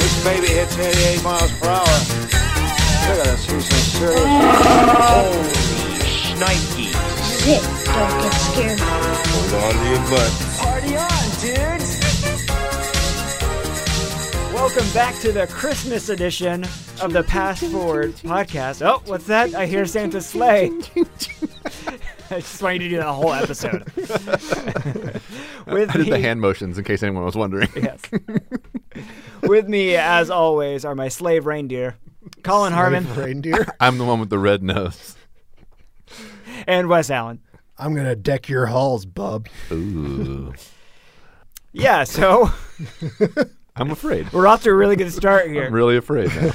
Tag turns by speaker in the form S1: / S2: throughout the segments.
S1: This baby hits 88 miles per hour. I gotta see some serious. Holy shnikes.
S2: Sit. Don't get scared.
S3: Hold on to your butt.
S4: Party on, dudes! Welcome back to the Christmas edition of the Pass Forward podcast. Oh, what's that? I hear Santa's sleigh. I just want you to do that whole episode. With
S5: I did the
S4: me-
S5: hand motions in case anyone was wondering.
S4: Yes. With me, as always, are my slave reindeer, Colin Harmon
S6: Reindeer.
S5: I'm the one with the red nose.
S4: and Wes Allen.
S6: I'm gonna deck your halls, bub.
S5: Ooh.
S4: Yeah, so
S5: I'm afraid.
S4: we're off to a really good start here.
S5: I'm really afraid. now.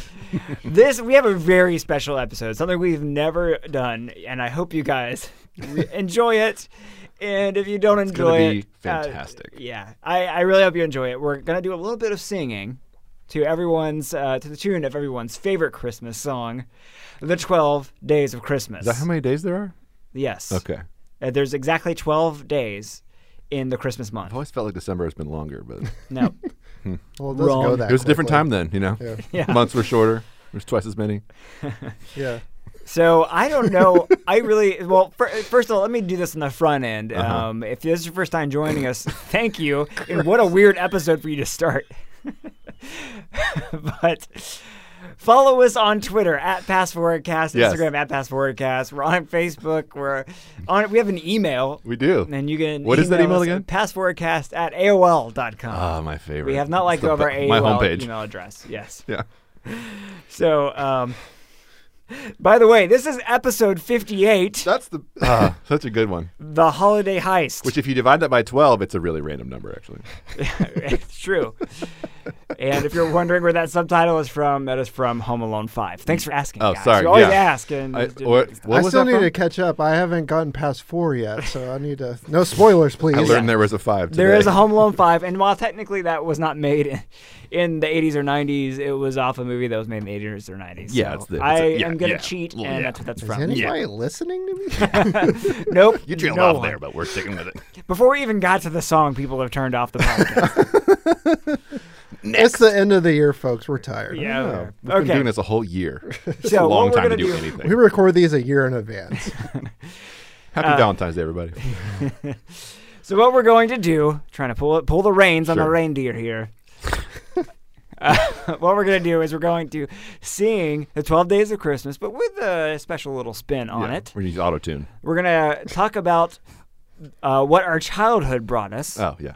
S4: This we have a very special episode, something we've never done, and I hope you guys re- enjoy it. And if you don't enjoy
S5: gonna be
S4: it, uh,
S5: fantastic.
S4: yeah, I, I really hope you enjoy it. We're gonna do a little bit of singing to everyone's uh, to the tune of everyone's favorite Christmas song, "The Twelve Days of Christmas."
S5: Is that how many days there are?
S4: Yes.
S5: Okay.
S4: Uh, there's exactly twelve days in the Christmas month.
S5: I've always felt like December has been longer, but it
S4: No.
S6: Well, it doesn't go
S4: Wrong.
S6: that.
S5: was a different time
S6: quickly.
S5: then, you know?
S4: Yeah.
S5: Months were shorter. There's twice as many.
S6: Yeah.
S4: So I don't know. I really well. fir- First of all, let me do this on the front end.
S5: Uh-huh.
S4: Um, if this is your first time joining us, thank you. And what a weird episode for you to start. but follow us on Twitter at PassForwardCast,
S5: Yes.
S4: Instagram at PassForwardCast. We're on Facebook. We're on. We have an email.
S5: We do.
S4: And you can.
S5: What is that email again?
S4: Passforwardcast at AOL.com.
S5: Ah, my favorite.
S4: we have not let
S5: It's the
S4: go of our
S5: be-
S4: AOL
S5: My homepage.
S4: email address. Yes.
S5: Yeah.
S4: So, um, by the way, this is episode 58,
S5: That's the ah, such a good one.
S4: The Holiday Heist.
S5: Which, if you divide that by 12, it's a really random number, actually.
S4: it's true. and if you're wondering where that subtitle is from, that is from Home Alone 5. Thanks for asking.
S5: Oh,
S4: guys.
S5: sorry,
S4: You always
S5: yeah.
S4: ask. And
S5: I, or, what
S6: I
S5: was
S6: still
S5: that
S6: need
S5: from?
S6: to catch up. I haven't gotten past four yet, so I need to. No spoilers, please.
S5: I learned there was a five. Today.
S4: there is a Home Alone 5, and while technically that was not made in, in the 80s or 90s, it was off a movie that was made in the 80s or 90s.
S5: Yeah,
S4: so
S5: it's the- it's a-
S4: I
S5: yeah,
S4: am going to
S5: yeah.
S4: cheat,
S5: Well,
S4: and
S5: yeah.
S4: that's what that's
S6: Is
S4: from.
S6: anybody listening to me?
S4: Nope.
S5: You trailed
S4: no
S5: off
S4: one.
S5: there, but we're sticking with it.
S4: Before we even got to the song, people have turned off the podcast.
S6: It's the end of the year, folks. We're tired.
S4: yeah.
S5: We've
S4: okay.
S5: been doing this a whole year. It's
S4: So
S5: a
S4: what
S5: long
S4: we're
S5: time to
S4: gonna
S5: do,
S4: do-
S5: anything.
S6: Oh. We record these a year in advance.
S5: Happy
S4: Uh,
S5: Valentine's Day, everybody.
S4: So what we're going to do, trying to pull pull the reins on the
S5: Sure.
S4: reindeer here. Uh, what we're going to do is we're going to sing the 12 days of Christmas, but with a special little spin on
S5: Yeah,
S4: it.
S5: We're going to use auto tune.
S4: We're going to talk about uh, what our childhood brought us,
S5: Oh, yeah.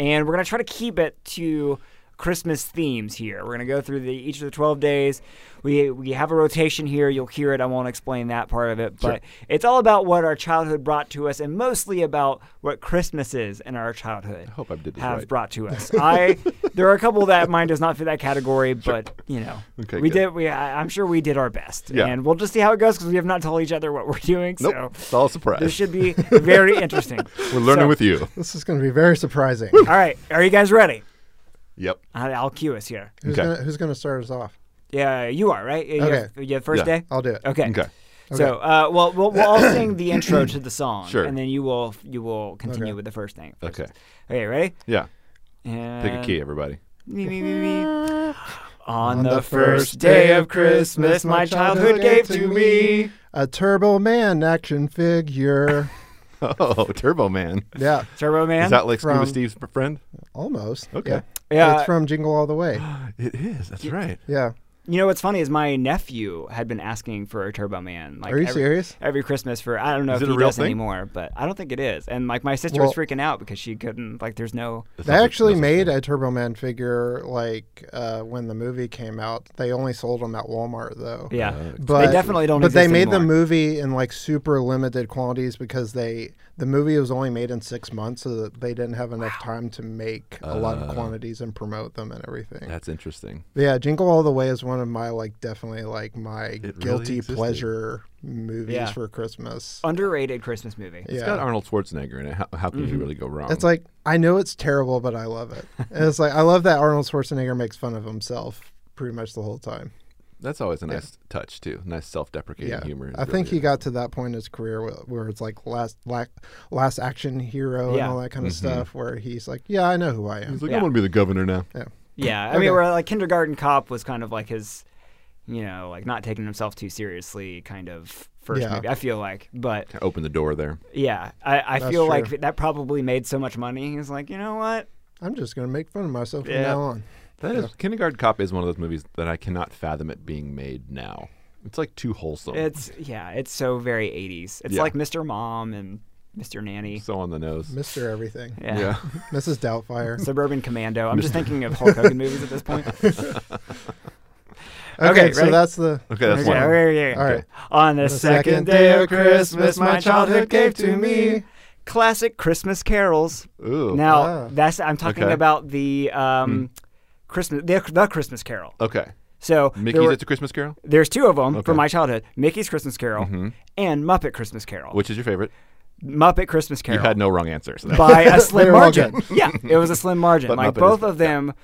S4: and we're going to try to keep it to Christmas themes here. We're going to go through the, each of the 12 days. We we have a rotation here. You'll hear it. I won't explain that part of it, but it's all about what our childhood brought to us, and mostly about what Christmas is in our childhood
S5: I hope I did this
S4: have
S5: right.
S4: brought to us. I there are a couple that mine does not fit that category, but you know
S5: Okay,
S4: we
S5: good.
S4: did we I, I'm sure we did our best,
S5: Yeah.
S4: and we'll just see how it goes because we have not told each other what we're doing.
S5: nope. It's
S4: So
S5: all a surprise.
S4: this should be very interesting.
S5: we're learning
S4: so-
S5: with you.
S6: this is going to be very surprising.
S4: All right, are you guys ready?
S5: Yep.
S4: I- I'll cue us here.
S6: Who's
S5: Okay.
S6: going to who's gonna start us off?
S4: Yeah, you are right. You
S6: Okay.
S4: have, you have first
S5: Yeah.
S4: day.
S6: I'll do it.
S4: Okay.
S5: Okay.
S4: So, uh, well, we'll, we'll all sing the intro to the song,
S5: Sure.
S4: and then you will you will continue
S6: Okay.
S4: with the first thing.
S5: Okay.
S4: Okay, ready?
S5: Yeah.
S4: And
S5: Pick a key, everybody.
S4: Me, me, me, me. On
S6: the
S4: the first
S6: first
S4: day of Christmas, my childhood gave to me.
S6: A Turbo Man action figure.
S5: Oh, Turbo Man.
S6: yeah,
S4: Turbo Man.
S5: Is that like
S6: From-
S5: Scuba Steve's friend?
S6: almost.
S5: Okay.
S6: Yeah.
S4: Yeah.
S6: It's from Jingle All the Way.
S5: It is. That's right.
S6: Yeah.
S4: you know what's funny is my nephew had been asking for a Turbo Man. Like
S6: Are you
S4: every,
S6: serious?
S4: Every Christmas for I don't know
S5: Is
S4: if
S5: it a
S4: he
S5: real
S4: does
S5: thing?
S4: anymore, but I don't think it is. And like my sister was
S6: Well-
S4: freaking out because she couldn't like. There's no.
S5: That's
S6: They
S5: not-
S6: actually
S5: that's not-
S6: made a Turbo Man figure like uh, when the movie came out. They only sold them at Walmart though.
S4: Yeah.
S5: Uh,
S6: But
S4: they definitely don't.
S6: But they
S4: exist
S6: made the
S4: anymore.
S6: movie in like super limited quantities because they the movie was only made in six months, so that they didn't have enough time to make a lot
S4: Uh.
S6: of quantities and promote them and everything.
S5: That's interesting.
S6: But yeah, Jingle All the Way is one of my like definitely like my
S5: really
S6: guilty
S5: existed.
S6: pleasure movies
S4: Yeah.
S6: for Christmas.
S4: underrated Christmas movie.
S6: yeah.
S5: It's got Arnold Schwarzenegger in it. How, how
S4: Mm-hmm.
S5: can you really go wrong?
S6: It's like I know it's terrible, but I love it. and it's like I love that Arnold Schwarzenegger makes fun of himself pretty much the whole time.
S5: That's always a nice touch too. Nice self-deprecating
S6: Yeah,
S5: humor. is
S6: I think
S5: really-
S6: he got to that point in his career where, where it's like last la- last action hero
S4: Yeah.
S6: and all that kind of
S5: Mm-hmm.
S6: stuff, where he's like, "Yeah, I know who I am."
S5: He's like,
S4: Yeah.
S5: I want to be the governor now.
S6: yeah.
S4: Yeah, I
S6: Okay.
S4: mean, where like Kindergarten Cop was kind of like his, you know, like not taking himself too seriously kind of first
S6: Yeah.
S4: movie. I feel like, but
S5: Open the door there.
S4: yeah, I, I
S6: That's
S4: feel
S6: true.
S4: like that probably made so much money. He's like, you know what?
S6: I'm just gonna make fun of myself from
S4: Yeah.
S6: now on.
S5: That is Kindergarten Cop is one of those movies that I cannot fathom it being made now. It's like too wholesome.
S4: It's yeah, it's so very 80s. It's
S5: Yeah.
S4: like Mr. Mom and Mr. Nanny.
S5: so on the nose.
S6: Mister Everything,
S4: Yeah.
S5: Yeah.
S6: Mrs. Doubtfire.
S4: Suburban Commando. I'm just thinking of Hulk Hogan movies at this point.
S6: Okay,
S4: Okay,
S6: so
S4: ready?
S6: that's the
S5: Okay, that's
S4: Okay,
S5: one.
S4: okay, okay.
S6: all right.
S4: On the, second day of Christmas, my childhood gave to me classic Christmas carols.
S5: Ooh.
S4: Now
S6: Ah.
S4: that's I'm talking
S5: Okay. Hmm.
S4: about the um, Christmas the, the Christmas Carol.
S5: okay.
S4: So there
S5: Mickey's
S4: were-
S5: It's a Christmas Carol.
S4: there's two of them
S5: Okay. Mm-hmm.
S4: from my childhood: Mickey's Christmas Carol and Muppet Christmas Carol.
S5: Which is your favorite?
S4: Muppet Christmas Carol
S5: You had no wrong answer. So that-
S4: by a slim
S6: They're all
S4: margin. yeah, it was a slim margin.
S5: But
S4: like
S5: Muppet is
S4: both
S5: good,
S4: of them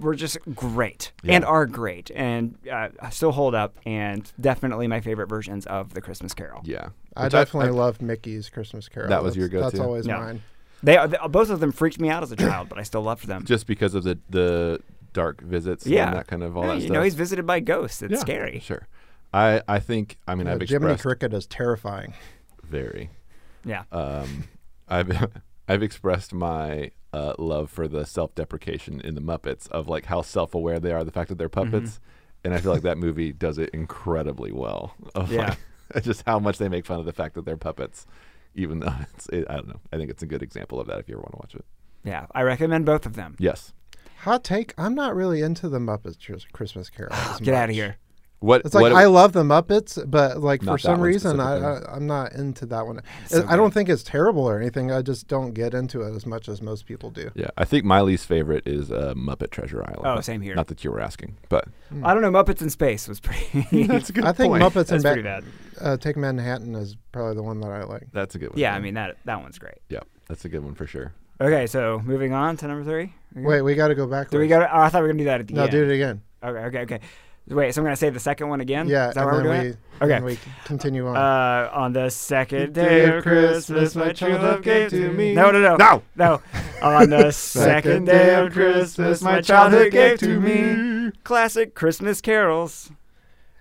S4: were just great and are great and uh, still hold up and definitely my favorite versions of the Christmas Carol.
S5: yeah.
S6: I
S5: Which
S6: definitely
S5: I,
S6: love Mickey's Christmas Carol.
S5: That was
S6: That's-
S5: your go-to?
S6: That's always
S4: Yeah.
S6: mine.
S4: They, are- they both of them freaked me out as a child, but I still loved them.
S5: just because of the the dark visits
S4: Yeah.
S5: and that kind of all
S4: Yeah,
S5: that
S4: you
S5: stuff.
S4: know, he's visited by ghosts. It's
S5: Yeah,
S4: scary.
S5: Sure. I, I think I mean
S6: Yeah,
S5: I've
S6: Jiminy
S5: expressed
S6: Cricket is terrifying.
S5: very
S4: Yeah.
S5: um, I've I've expressed my uh, love for the self-deprecation in the Muppets of like how self-aware they are, of the fact that they're
S4: Mm-hmm.
S5: puppets, and I feel like that movie does it incredibly well. Of
S4: Yeah.
S5: like, just how much they make fun of the fact that they're puppets, even though it's it, I don't know. I think it's a good example of that if you ever want to watch it.
S4: yeah. I recommend both of them.
S5: Yes.
S6: Hot take: I'm not really into the Muppets Chris- Christmas Carol. as
S4: Get out
S6: much.
S4: of here.
S5: What?
S6: It's like
S5: what
S6: I love the Muppets, but like
S5: Not
S6: for
S5: that
S6: some
S5: one
S6: reason I,
S5: specifically.
S6: I I'm not into that one.
S4: so
S6: I don't
S4: good.
S6: think it's terrible or anything. I just don't get into it as much as most people do.
S5: yeah, I think my least favorite is uh, Muppet Treasure Island.
S4: Oh, same here.
S5: Not that you were asking, but
S4: I don't know. Muppets in Space was pretty.
S5: that's a good
S6: I think
S5: point.
S6: Muppets and
S4: That's pretty
S6: Ma-
S4: bad.
S6: uh, Take Manhattan is probably the one that I like.
S5: That's a good one.
S4: yeah, I mean that that one's great.
S5: yeah, that's a good one for sure.
S4: Okay, so moving on to number three.
S6: Wait, we got to go back.
S4: Do we go? To, oh, I thought we were gonna do that at the
S6: No,
S4: end.
S6: do it again.
S4: Okay, okay, okay. Wait, so I'm gonna say the second one again.
S6: Yeah,
S4: Is that what
S6: and
S4: we're
S6: then
S4: doing?
S6: we
S4: it?
S6: then
S4: Okay.
S6: we continue on.
S4: Uh, on the second day of Christmas, my true love gave to me. No, no, no,
S5: No!
S4: no. on the second day of Christmas, my childhood gave to me. Classic Christmas carols.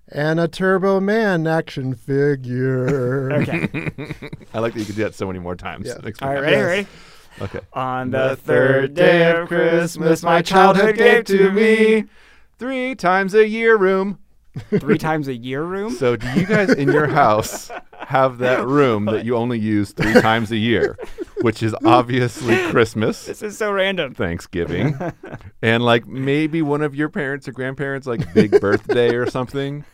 S6: and a Turbo Man action figure.
S4: Okay.
S5: I like that you could do that so many more times.
S6: Yeah.
S5: Next
S4: All right,
S5: one.
S4: ready,
S6: Yes.
S4: ready.
S5: Okay.
S4: On the third day of Christmas, my childhood gave to me.
S5: three times a year room.
S4: Three times a year room?
S5: So, do you guys in your house have that room that you only use three times a year, which is obviously Christmas,
S4: This is so random.
S5: Thanksgiving, and like maybe one of your parents or grandparents like big birthday or something?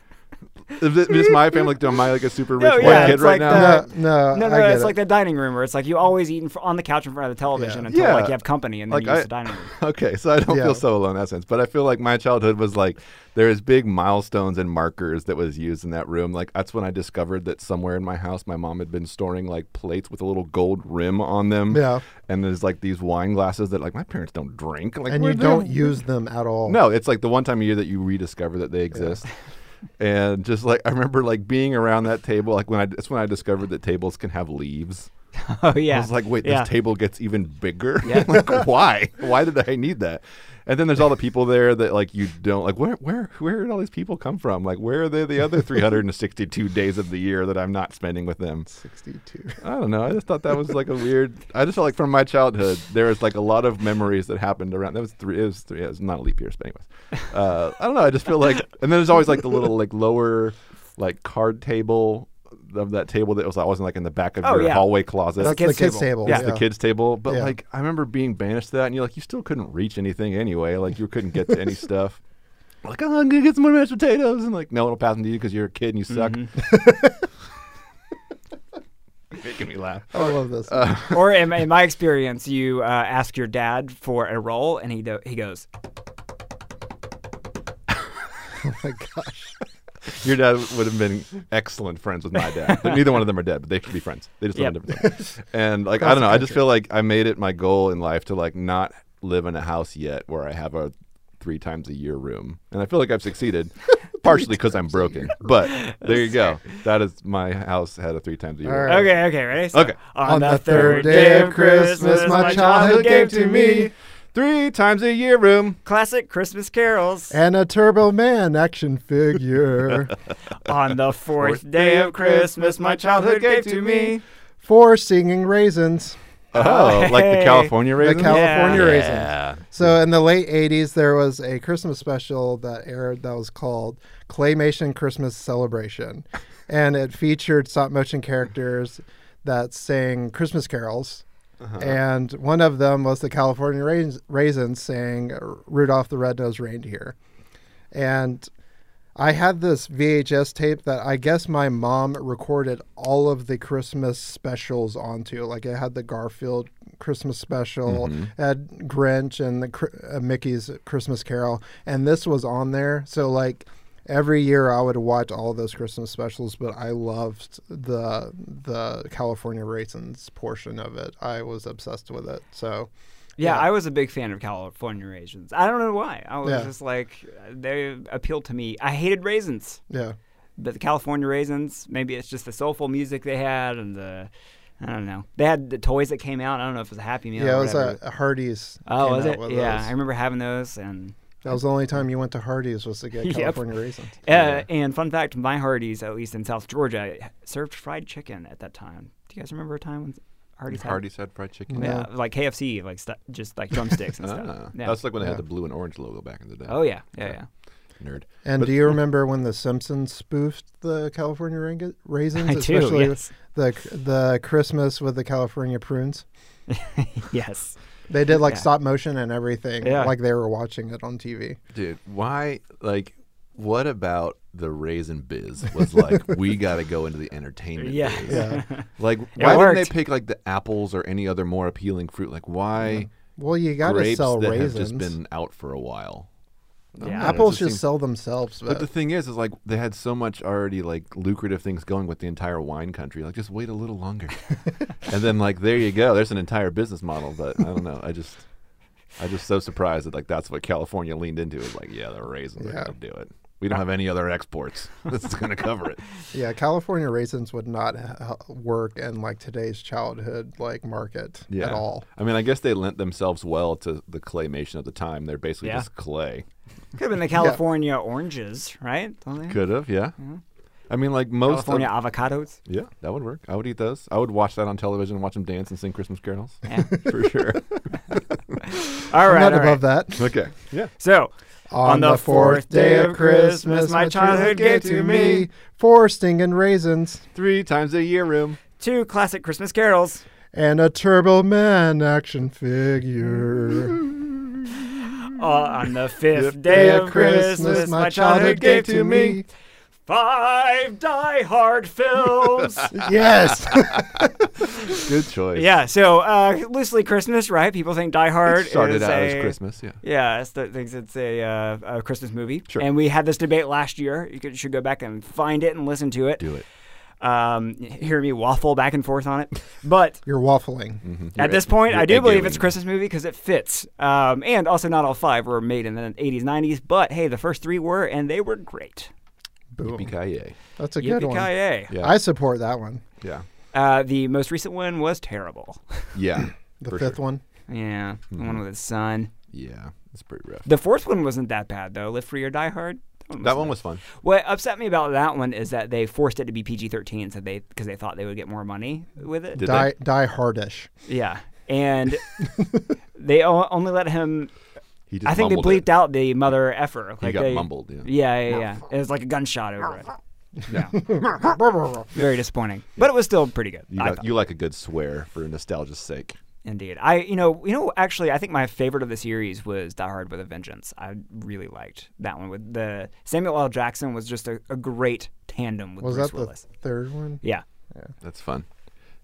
S5: Is it just my family? Like, am I like a super rich
S4: No,
S5: white
S4: yeah,
S5: kid
S4: it's
S5: right
S4: like
S5: now?
S4: the-
S6: No, no,
S4: No,
S6: I
S4: no,
S6: get
S4: it's
S6: it.
S4: like the dining room where it's like you always eat in fr- on the couch in front of the television until
S5: Yeah.
S4: like you have company and then
S5: Like,
S4: you use
S5: I-
S4: the dining room.
S5: Okay, so I don't
S6: Yeah.
S5: feel so alone in that sense. But I feel like my childhood was like there is big milestones and markers that was used in that room. Like that's when I discovered that somewhere in my house, my mom had been storing like plates with a little gold rim on them.
S6: Yeah.
S5: and there's like these wine glasses that like my parents don't drink. Like
S6: and you
S5: where'd they-
S6: don't use them at all.
S5: No, it's like the one time a year that you rediscover that they exist. And just like I remember, like being around that table, like when I that's when I discovered that tables can have leaves.
S4: Oh yeah.
S5: I was like, wait,
S4: yeah.
S5: this table gets even bigger. like, why? Why did I need that? And then there's all the people there that like you don't like. Where where where did all these people come from? Like, where are they the other 362 days of the year that I'm not spending with them?
S6: 62.
S5: I don't know. I just thought that was like a weird. I just felt like from my childhood there was like a lot of memories that happened around. That was three. It was three. It was not a leap year, but anyways. Uh, I don't know. I just feel like, and then there's always like the little like lower like card table of that table that was always like in the back of
S4: Oh,
S5: your
S4: yeah.
S5: hallway closet.
S6: That's
S4: kids'
S6: the kids'
S4: table.
S6: table.
S5: It's the kids table. But
S6: Yeah.
S5: like I remember being banished to that and you're like you still couldn't reach anything anyway. Like you couldn't get to any stuff. Like, oh, I'm gonna get some more mashed potatoes and like no one will pass them to you because you're a kid and you suck. Mm-hmm. Making me laugh.
S6: I love this.
S5: Uh,
S4: or in, in my experience, you uh, ask your dad for a roll, and he do- he goes,
S6: Oh my gosh.
S5: Your dad would have been excellent friends with my dad. But neither one of them are dead, but they should be friends. They just live in
S4: Yep.
S5: different places. And like I don't know, I just feel like I made it my goal in life to like not live in a house yet where I have a three times a year room. And I feel like I've succeeded. partially because I'm broken. But there you go. That is my house had a three times a year.
S6: All right.
S4: Okay, okay, ready? So,
S5: Okay.
S4: On, the, third day of Christmas, my childhood gave to me
S5: three times a year room.
S4: classic Christmas carols.
S6: And a Turbo Man action figure.
S4: On the fourth day of Christmas, my childhood gave to me.
S6: Four singing raisins.
S5: Oh, like the
S4: hey.
S5: California
S6: The
S5: raisin.
S6: California
S4: Yeah.
S6: raisins. So in the late '80s, there was a Christmas special that aired that was called Claymation Christmas Celebration, and it featured stop motion characters that sang Christmas carols.
S5: Uh-huh.
S6: And one of them was the California Rais- Raisins saying Rudolph the Red-Nosed Reindeer. And I had this VHS tape that I guess my mom recorded all of the Christmas specials onto. Like it had the Garfield Christmas special, it had Grinch and the Cr- uh, Mickey's Christmas Carol, and this was on there. So like every year I would watch all those Christmas specials, but I loved the the California raisins portion of it. I was obsessed with it. So
S4: Yeah, I was a big fan of California raisins. I don't know why. I was
S6: Yeah.
S4: just like, they appealed to me. I hated raisins,
S6: yeah.
S4: but the California raisins, maybe it's just the soulful music they had and the. I don't know. They had the toys that came out. I don't know if it was a Happy Meal.
S6: Yeah,
S4: or
S6: it was
S4: whatever.
S6: at Hardee's.
S4: Oh,
S6: came
S4: was
S6: out
S4: it?
S6: with
S4: Yeah,
S6: those.
S4: I remember having those. And
S6: That was the only time you went to Hardee's was to get
S4: Yep.
S6: California raisins.
S4: uh, and fun fact, my Hardee's, at least in South Georgia, served fried chicken at that time. Do you guys remember a time when Hardee's had?
S5: Hardy's had fried chicken.
S4: Yeah, like KFC, like stu just like drumsticks and stuff.
S5: Ah,
S4: yeah.
S5: That's like when they had the blue and orange logo back in the day.
S4: oh yeah, yeah, yeah.
S5: Nerd.
S6: And do you remember when the Simpsons spoofed the California ring- raisins,
S4: I do,
S6: especially
S4: yes.
S6: the the Christmas with the California prunes?
S4: Yes.
S6: They did like
S4: Yeah.
S6: stop motion and everything,
S4: Yeah.
S6: like they were watching it on TV.
S5: Dude, why? Like, what about the raisin biz was like, we got to go into the entertainment
S4: Yeah.
S5: biz?
S6: Yeah.
S5: Like, why didn't
S4: worked.
S5: they pick like the apples or any other more appealing fruit? Like, why
S6: Well, you got to
S5: grapes
S6: sell
S5: that
S6: raisins. Um,
S5: have just been out for a while?
S4: Yeah.
S6: Apples
S5: just
S6: just
S5: seems-
S6: sell themselves,
S5: But
S6: but
S5: the thing is, is like they had so much already like lucrative things going with the entire wine country. Like, just wait a little longer, and then like there you go. There's an entire business model. But I don't know. I just, I just so surprised that like that's what California leaned into. Is like, yeah, the raisins
S6: Yeah.
S5: are gonna do it. We don't have any other exports. this is gonna cover it.
S6: yeah, California raisins would not ha- work in like today's childhood like market
S5: Yeah.
S6: at all.
S5: I mean, I guess they lent themselves well to the claymation at the time. They're basically
S4: Yeah.
S5: just clay.
S4: Could have been the California oranges, right? Don't they?
S5: Could have, yeah. I mean, like most of-
S4: Mm-hmm. California avocados.
S5: Yeah, that would work. I would eat those. I would watch that on television, watch them dance and sing Christmas carols.
S4: Yeah.
S5: For sure.
S4: All right,
S6: Not
S4: all right.
S6: above that.
S5: okay. Yeah.
S4: So,
S6: On, the fourth day of Christmas, my childhood gave to me four stinging raisins
S5: Three times a year room.
S4: two classic Christmas carols.
S6: and a Turbo Man action figure.
S4: All on the fifth day of Christmas, my childhood gave to me five Die Hard films.
S6: Yes.
S5: Good choice.
S4: yeah. So, uh, loosely Christmas, right? People think Die Hard
S5: Started
S4: is
S5: out
S4: a-
S5: as Christmas, yeah.
S4: Yeah, it's the, thinks it's a, uh, a Christmas movie.
S5: Sure.
S4: And we had this debate last year. You could, should go back and find it and listen to it.
S5: Do it.
S4: Um, hear me waffle back and forth on it. But
S6: You're waffling.
S4: at this point,
S5: you're
S4: I do believe it's a
S5: egg-oing.
S4: Christmas movie because it fits. Um, and also, not all five were made in the 80s, 90s. But hey, the first three were, and they were great.
S6: Boom.
S5: Yippee-ki-yay.
S6: That's a good one.
S4: Yippee-ki-yay.
S5: Yeah.
S6: I support that one.
S5: Yeah.
S4: Uh, the most recent one was terrible.
S5: Yeah.
S6: The
S5: For
S6: fifth
S5: sure.
S6: one.
S4: yeah, the
S5: Mm-hmm.
S4: one with his son.
S5: Yeah. It's pretty rough.
S4: The fourth one wasn't that bad, though. Live Free or Die Hard. Hmm.
S5: that one was fun.
S4: What upset me about that one is that they forced it to be PG-13, so they because they thought they would get more money with it.
S5: Did
S6: Die, die hardish.
S4: Yeah, and they o- only let him.
S5: He just
S4: I think they
S5: mumbled it.
S4: bleeped out the mother effer. Like
S5: got
S4: they-
S5: mumbled, yeah.
S4: yeah, yeah, yeah. It was like a gunshot over it. Yeah,
S6: That's
S4: very disappointing, but it was still pretty good.
S5: You,
S4: I
S5: got,
S4: thought.
S5: you like a good swear for nostalgia's sake.
S4: Indeed, I you know you know actually I think my favorite of the series was Die Hard with a Vengeance. I really liked that one with the Samuel L. Jackson was just a, a great tandem with
S6: Was
S4: Bruce
S6: that the
S4: Willis.
S6: third one?
S4: Yeah,
S5: That's fun.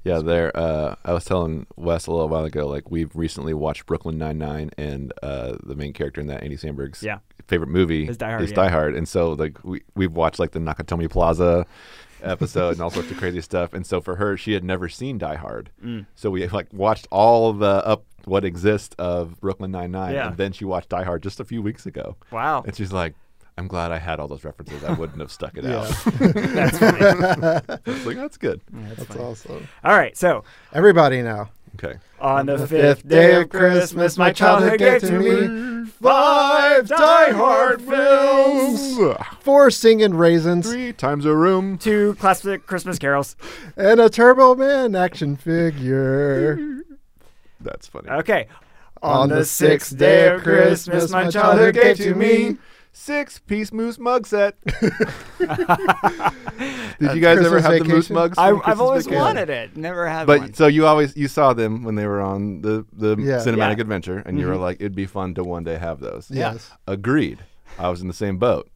S5: Yeah, there. Uh, I was telling Wes a little while ago, like we've recently watched Brooklyn Nine Nine, and uh, the main character in that, Andy Samberg's
S4: Yeah.
S5: favorite movie
S4: Is Die Hard,
S5: is
S4: yeah.
S5: Die Hard, and so like we we've watched like the Nakatomi Plaza episode and all sorts of crazy stuff, and so for her, she had never seen Die Hard,
S4: Mm.
S5: so we like watched all the up what exists of Brooklyn Nine Nine,
S4: Yeah.
S5: and then she watched Die Hard just a few weeks ago,
S4: wow.
S5: and she's like. I'm glad I had all those references. I wouldn't have stuck it out.
S4: That's funny.
S5: It's like that's good.
S4: Mm.
S6: That's awesome.
S4: All right, so
S6: Everybody now.
S5: Okay.
S4: on the fifth day of Christmas, my childhood gave to me five Die Hard films,
S6: Four singing raisins
S5: Three times a room.
S4: two classic Christmas carols.
S6: and a Turbo Man action figure.
S5: That's funny.
S4: Okay. On the sixth day of Christmas, my childhood gave to me.
S5: Six piece moose mug set. Did you guys ever
S6: Christmas
S5: have the moose
S6: vacation?
S5: mugs?
S4: I,
S5: from
S4: I've
S5: Christmas
S4: always
S5: vacation?
S4: wanted it. Never had one.
S5: But so you always you saw them when they were on the the
S6: Yeah. Mm-hmm.
S5: cinematic
S4: Yeah.
S5: adventure, and you were like, it'd be fun to one day have those.
S6: Yes.
S5: Agreed. I was in the same boat.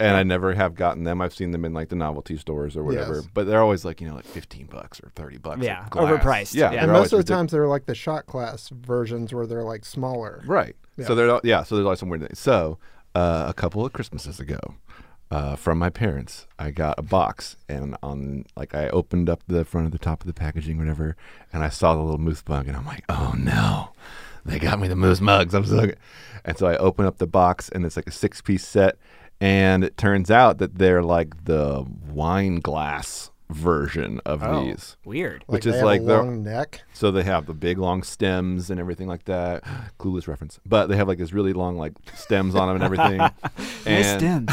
S5: And I never have gotten them. I've seen them in like the novelty stores or whatever.
S6: Yes.
S5: But they're always like, you know, like 15 bucks or 30 bucks. a
S4: Yeah,
S5: glass.
S4: overpriced.
S5: Yeah.
S4: Yeah.
S5: they're
S6: And
S5: always
S6: most of the
S5: ridic-
S6: times they're like the shot class versions where they're like smaller.
S5: Right. So there, yeah. So there's always some weird things. So uh, a couple of Christmases ago, uh, from my parents, I got a box, and on like I opened up the front of the top of the packaging, whatever, and I saw the little moose mug, and I'm like, oh no. They got me the moose mugs. I'm so, and so I open up the box, and it's like a six piece set, and it turns out that they're like the wine glass version of
S4: Oh,
S5: these,
S4: Weird.
S5: which
S6: they
S5: is
S6: have
S5: like
S6: a
S5: they're-
S6: long neck.
S5: so they have the big long stems and everything like that. Clueless reference, but they have like this really long like stems on them and everything. and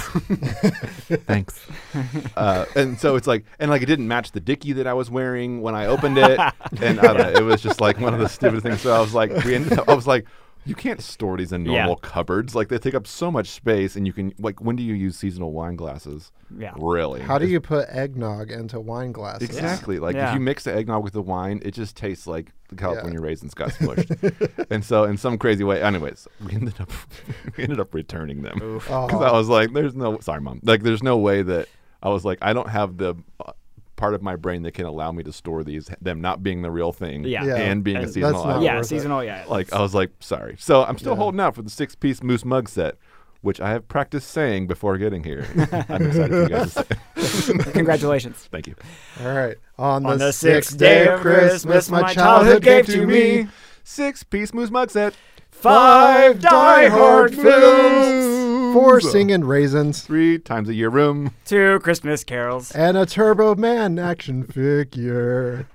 S5: thanks. Uh, and so it's like, and like it didn't match the dicky that I was wearing when I opened it, and I don't know. It was just like one of the stupid things. So I was like, we ended up, I was like. You can't store these in
S4: Yeah.
S5: normal cupboards. Like they take up so much space, and you can like. When do you use seasonal wine glasses?
S4: Yeah.
S5: Really?
S6: How do you put eggnog into wine glasses?
S5: Exactly. Like
S4: Yeah.
S5: if you mix the eggnog with the wine, it just tastes like the California raisins got smushed. and so in some crazy way, anyways, we ended up we ended up returning them because I was like, "There's no sorry, mom. Like there's no way that I was like I don't have the uh, part of my brain that can allow me to store these them not being the real thing
S4: Yeah.
S6: Yeah.
S5: and being a
S4: And-
S5: seasonal
S6: That's not
S5: item.
S4: Yeah,
S6: worth it.
S4: seasonal. Yeah.
S5: Like I was like, sorry. So I'm still holding out for the six piece moose mug set. Which I have practiced saying before getting here. I'm excited for you guys to say.
S4: Congratulations.
S5: Thank you.
S6: All right. On,
S4: On the sixth day of Christmas, my childhood gave to me
S5: Six piece moose mug set.
S4: five Die Hard films,
S6: four singing raisins,
S5: Three times a year room.
S4: two Christmas carols.
S6: and a Turbo Man action figure.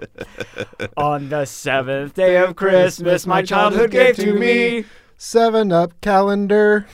S4: On the seventh day of Christmas, my childhood gave to me.
S6: Seven Up calendar.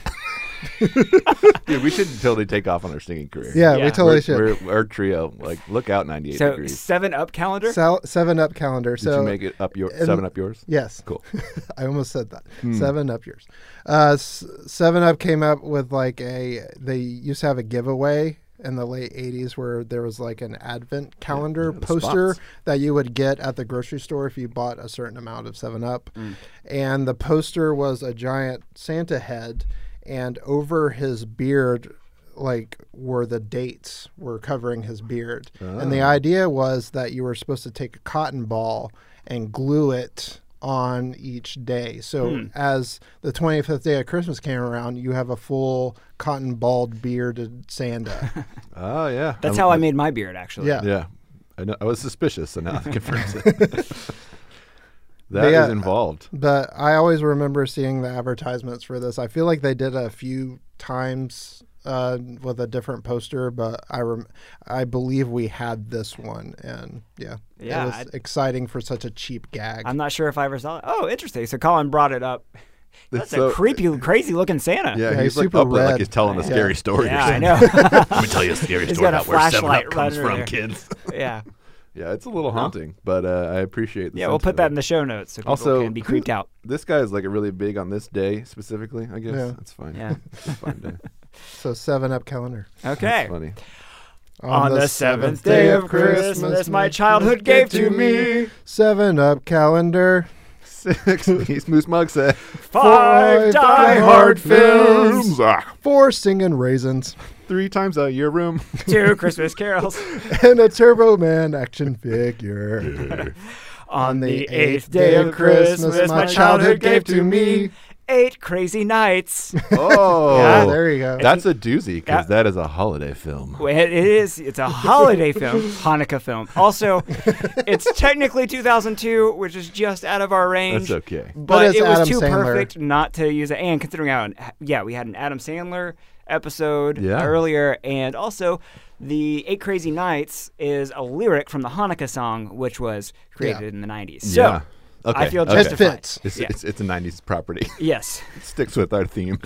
S5: Dude, we should totally take off on our singing career.
S6: Yeah,
S4: Yeah.
S6: we totally
S5: We're-
S6: should.
S5: We're, our trio, like, look out 98
S4: So
S5: degrees.
S4: seven up calendar.
S6: Sal- seven Up calendar.
S5: Did
S6: so
S5: you make it up your
S6: and-
S5: seven up yours?
S6: Yes.
S5: Cool.
S6: I almost said that. Seven Up yours. Uh, S- Seven Up came up with like a. They used to have a giveaway in the late '80s where there was like an advent calendar
S5: the
S6: poster
S5: spots.
S6: that you would get at the grocery store if you bought a certain amount of Seven Up,
S5: Mm.
S6: and the poster was a giant Santa head, and over his beard. Like were the dates were covering his beard, and
S5: Ah.
S6: the idea was that you were supposed to take a cotton ball and glue it on each day. So
S5: Hmm.
S6: as the 25th day of Christmas came around, you have a full cotton bald bearded Santa.
S5: Oh, yeah.
S4: That's how I made my beard, actually.
S6: Yeah.
S5: Yeah. I, know, I was suspicious, so now that confirms it. That is
S6: uh,
S5: involved.
S6: but I always remember seeing the advertisements for this. I feel like they did a few times uh, with a different poster, but I rem- I believe we had this one and yeah.
S4: Yeah,
S6: It was
S4: I'd-
S6: exciting for such a cheap gag.
S4: I'm not sure if I ever saw it. Oh, interesting. So Colin brought it up. That's
S5: so-
S4: a creepy, crazy looking Santa.
S5: Yeah,
S6: Yeah,
S5: he's,
S6: he's
S5: like
S6: super
S5: up late, like
S6: red.
S5: he's telling a scary story.
S4: Yeah,
S5: or
S4: I
S5: something.
S4: know.
S7: Let me tell you a scary
S4: He's
S7: story
S4: got
S7: about
S4: a
S7: where 7 Up
S4: flashlight
S7: comes
S4: right over
S7: from,
S4: there.
S7: kids.
S4: yeah.
S5: Yeah, it's a little haunting, but uh, I appreciate. The
S4: Yeah, we'll
S5: sentiment.
S4: put that in the show notes so people
S5: Also,
S4: can be creeped out.
S5: This guy is like really big on this day specifically. I guess
S6: Yeah.
S5: that's fine.
S4: Yeah.
S5: it's a fine day.
S6: so 7 up calendar.
S4: Okay.
S5: It's funny.
S4: On the seventh day of Christmas, my childhood gave to me
S6: 7 up calendar.
S5: Six piece moose mug set.
S6: Five
S4: five
S6: Die
S4: Die
S6: Hard
S4: Hard films,
S5: Ah,
S6: four singing raisins
S5: three times a year room.
S4: two Christmas carols.
S6: and a Turbo Man action figure.
S4: On the eighth day of Christmas, my childhood gave to me eight crazy nights.
S5: Oh,
S6: Yeah, there you go.
S5: That's a doozy because
S4: Yeah.
S5: that is a holiday film.
S4: Well, It it is. It's a holiday film, Hanukkah film. Also, it's technically 2002, which is just out of our range.
S5: That's okay.
S4: But,
S6: But it's
S4: it was
S6: Adam
S4: too
S6: Sandler.
S4: perfect not to use it. And considering how, yeah, we had an Adam Sandler episode
S5: Yeah.
S4: earlier. And also, the Eight Crazy Nights is a lyric from the Hanukkah song, which was created in the 90s. So,
S5: yeah. Okay.
S4: I feel
S5: okay.
S6: It
S4: justified.
S6: fits.
S5: It's,
S4: Yeah.
S5: it's, it's a 90s property.
S4: yes.
S5: it sticks with our theme.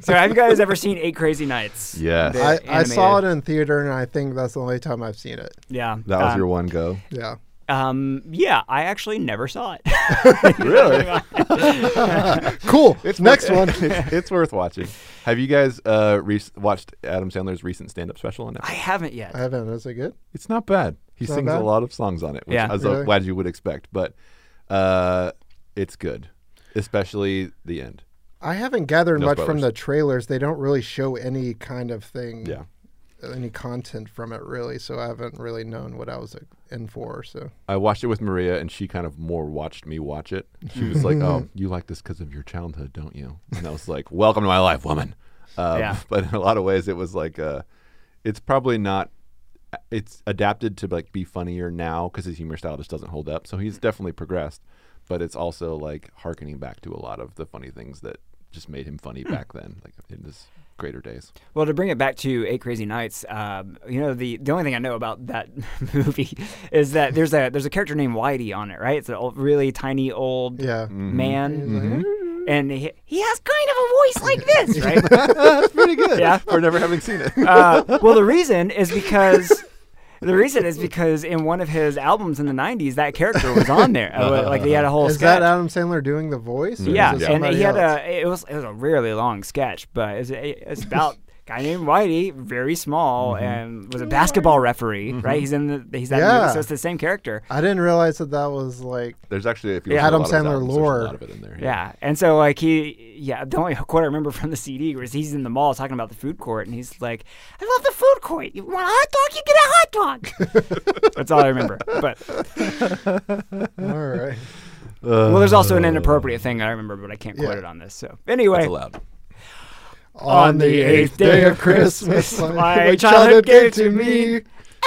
S4: So, have you guys ever seen Eight Crazy Nights?
S5: Yes.
S4: The
S6: I, I saw it
S4: animated-
S6: in theater, and I think that's the only time I've seen it.
S4: yeah.
S5: That was
S4: um,
S5: your one go.
S6: Yeah.
S4: Um, yeah, I actually never saw it.
S5: Really?
S6: Cool. Next one.
S5: it's, it's worth watching. Have you guys uh, re- watched Adam Sandler's recent stand-up special on Netflix?
S4: I haven't yet.
S6: I haven't. Is it good?
S5: It's not bad. He
S6: not
S5: sings
S6: bad?
S5: a lot of songs on it, which
S4: Yeah.
S5: as
S6: Really?
S5: glad you would expect, but uh, it's good, especially the end.
S6: I haven't gathered
S5: No
S6: much from
S5: spoilers.
S6: the trailers. They don't really show any kind of thing,
S5: Yeah.
S6: any content from it really. So I haven't really known what I was uh, in for. So
S5: I watched it with Maria, and she kind of more watched me watch it. She was like, "Oh, you like this because of your childhood, don't you?" And I was like, "Welcome to my life, woman." Um,
S4: Yeah.
S5: But in a lot of ways, it was like, uh, it's probably not. It's adapted to like be funnier now because his humor style just doesn't hold up. So he's definitely progressed, but it's also like harkening back to a lot of the funny things that just made him funny back then, like in his greater days.
S4: Well, to bring it back to Eight Crazy Nights, um, you know the the only thing I know about that movie is that there's a there's a character named Whitey on it, right? It's a old, really tiny old
S6: yeah,
S4: man, and he, he has kind of a voice like this, right?
S5: That's pretty good.
S4: Yeah.
S5: for never having seen it.
S4: uh, well, the reason is because. The reason is because in one of his albums in the '90s, that character was on there. Uh, like he had a whole
S6: is
S4: sketch.
S6: that Adam Sandler doing the voice? or
S4: Yeah,
S6: is it
S4: and
S6: somebody
S4: he had
S6: else?
S4: a it was it was a really long sketch, but it's it's about a guy named Whitey, very small,
S6: Mm-hmm.
S4: and was a basketball referee, right? He's in the he's that
S6: Yeah.
S4: movie, so it's the same character.
S6: I didn't realize that that was like
S5: There's actually if you
S4: Yeah.
S5: listen to a
S6: Adam
S5: lot of his
S6: Sandler
S5: albums, there's
S6: lore.
S5: A lot of it in there.
S4: Yeah, and so like he, yeah, the only quote I remember from the CD was he's in the mall talking about the food court, and he's like, "I love the food court. You want a hot dog? You get a hot dog." That's all I remember. But
S6: all right.
S4: well, there's also an inappropriate thing I remember, but I can't quote
S6: Yeah.
S4: it on this. So anyway,
S5: It's allowed.
S6: On the eighth day of Christmas, my childhood gave to me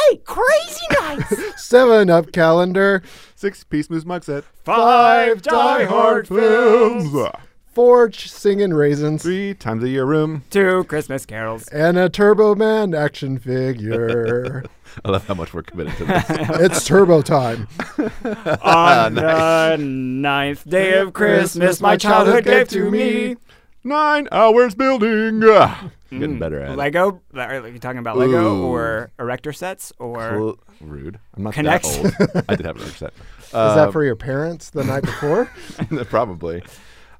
S4: hey, crazy nights.
S6: seven up calendar,
S5: Six piece moose mug set.
S4: Five Die Hard
S5: films.
S6: four ch- singing raisins,
S5: Three times a year room.
S4: Two Christmas carols.
S6: and a Turbo Man action figure.
S5: I love how much we're committed to this.
S6: it's turbo time.
S4: On the ninth day of Christmas, my childhood gave to me.
S5: Nine hours building. Ah, Getting
S4: Mm,
S5: better at it.
S4: Lego. Are you talking about Lego
S5: Ooh.
S4: or erector sets or?
S5: Well, rude. I'm not
S4: Connect.
S5: that old. I did have an upset.
S6: Is that for your parents the night before?
S5: probably.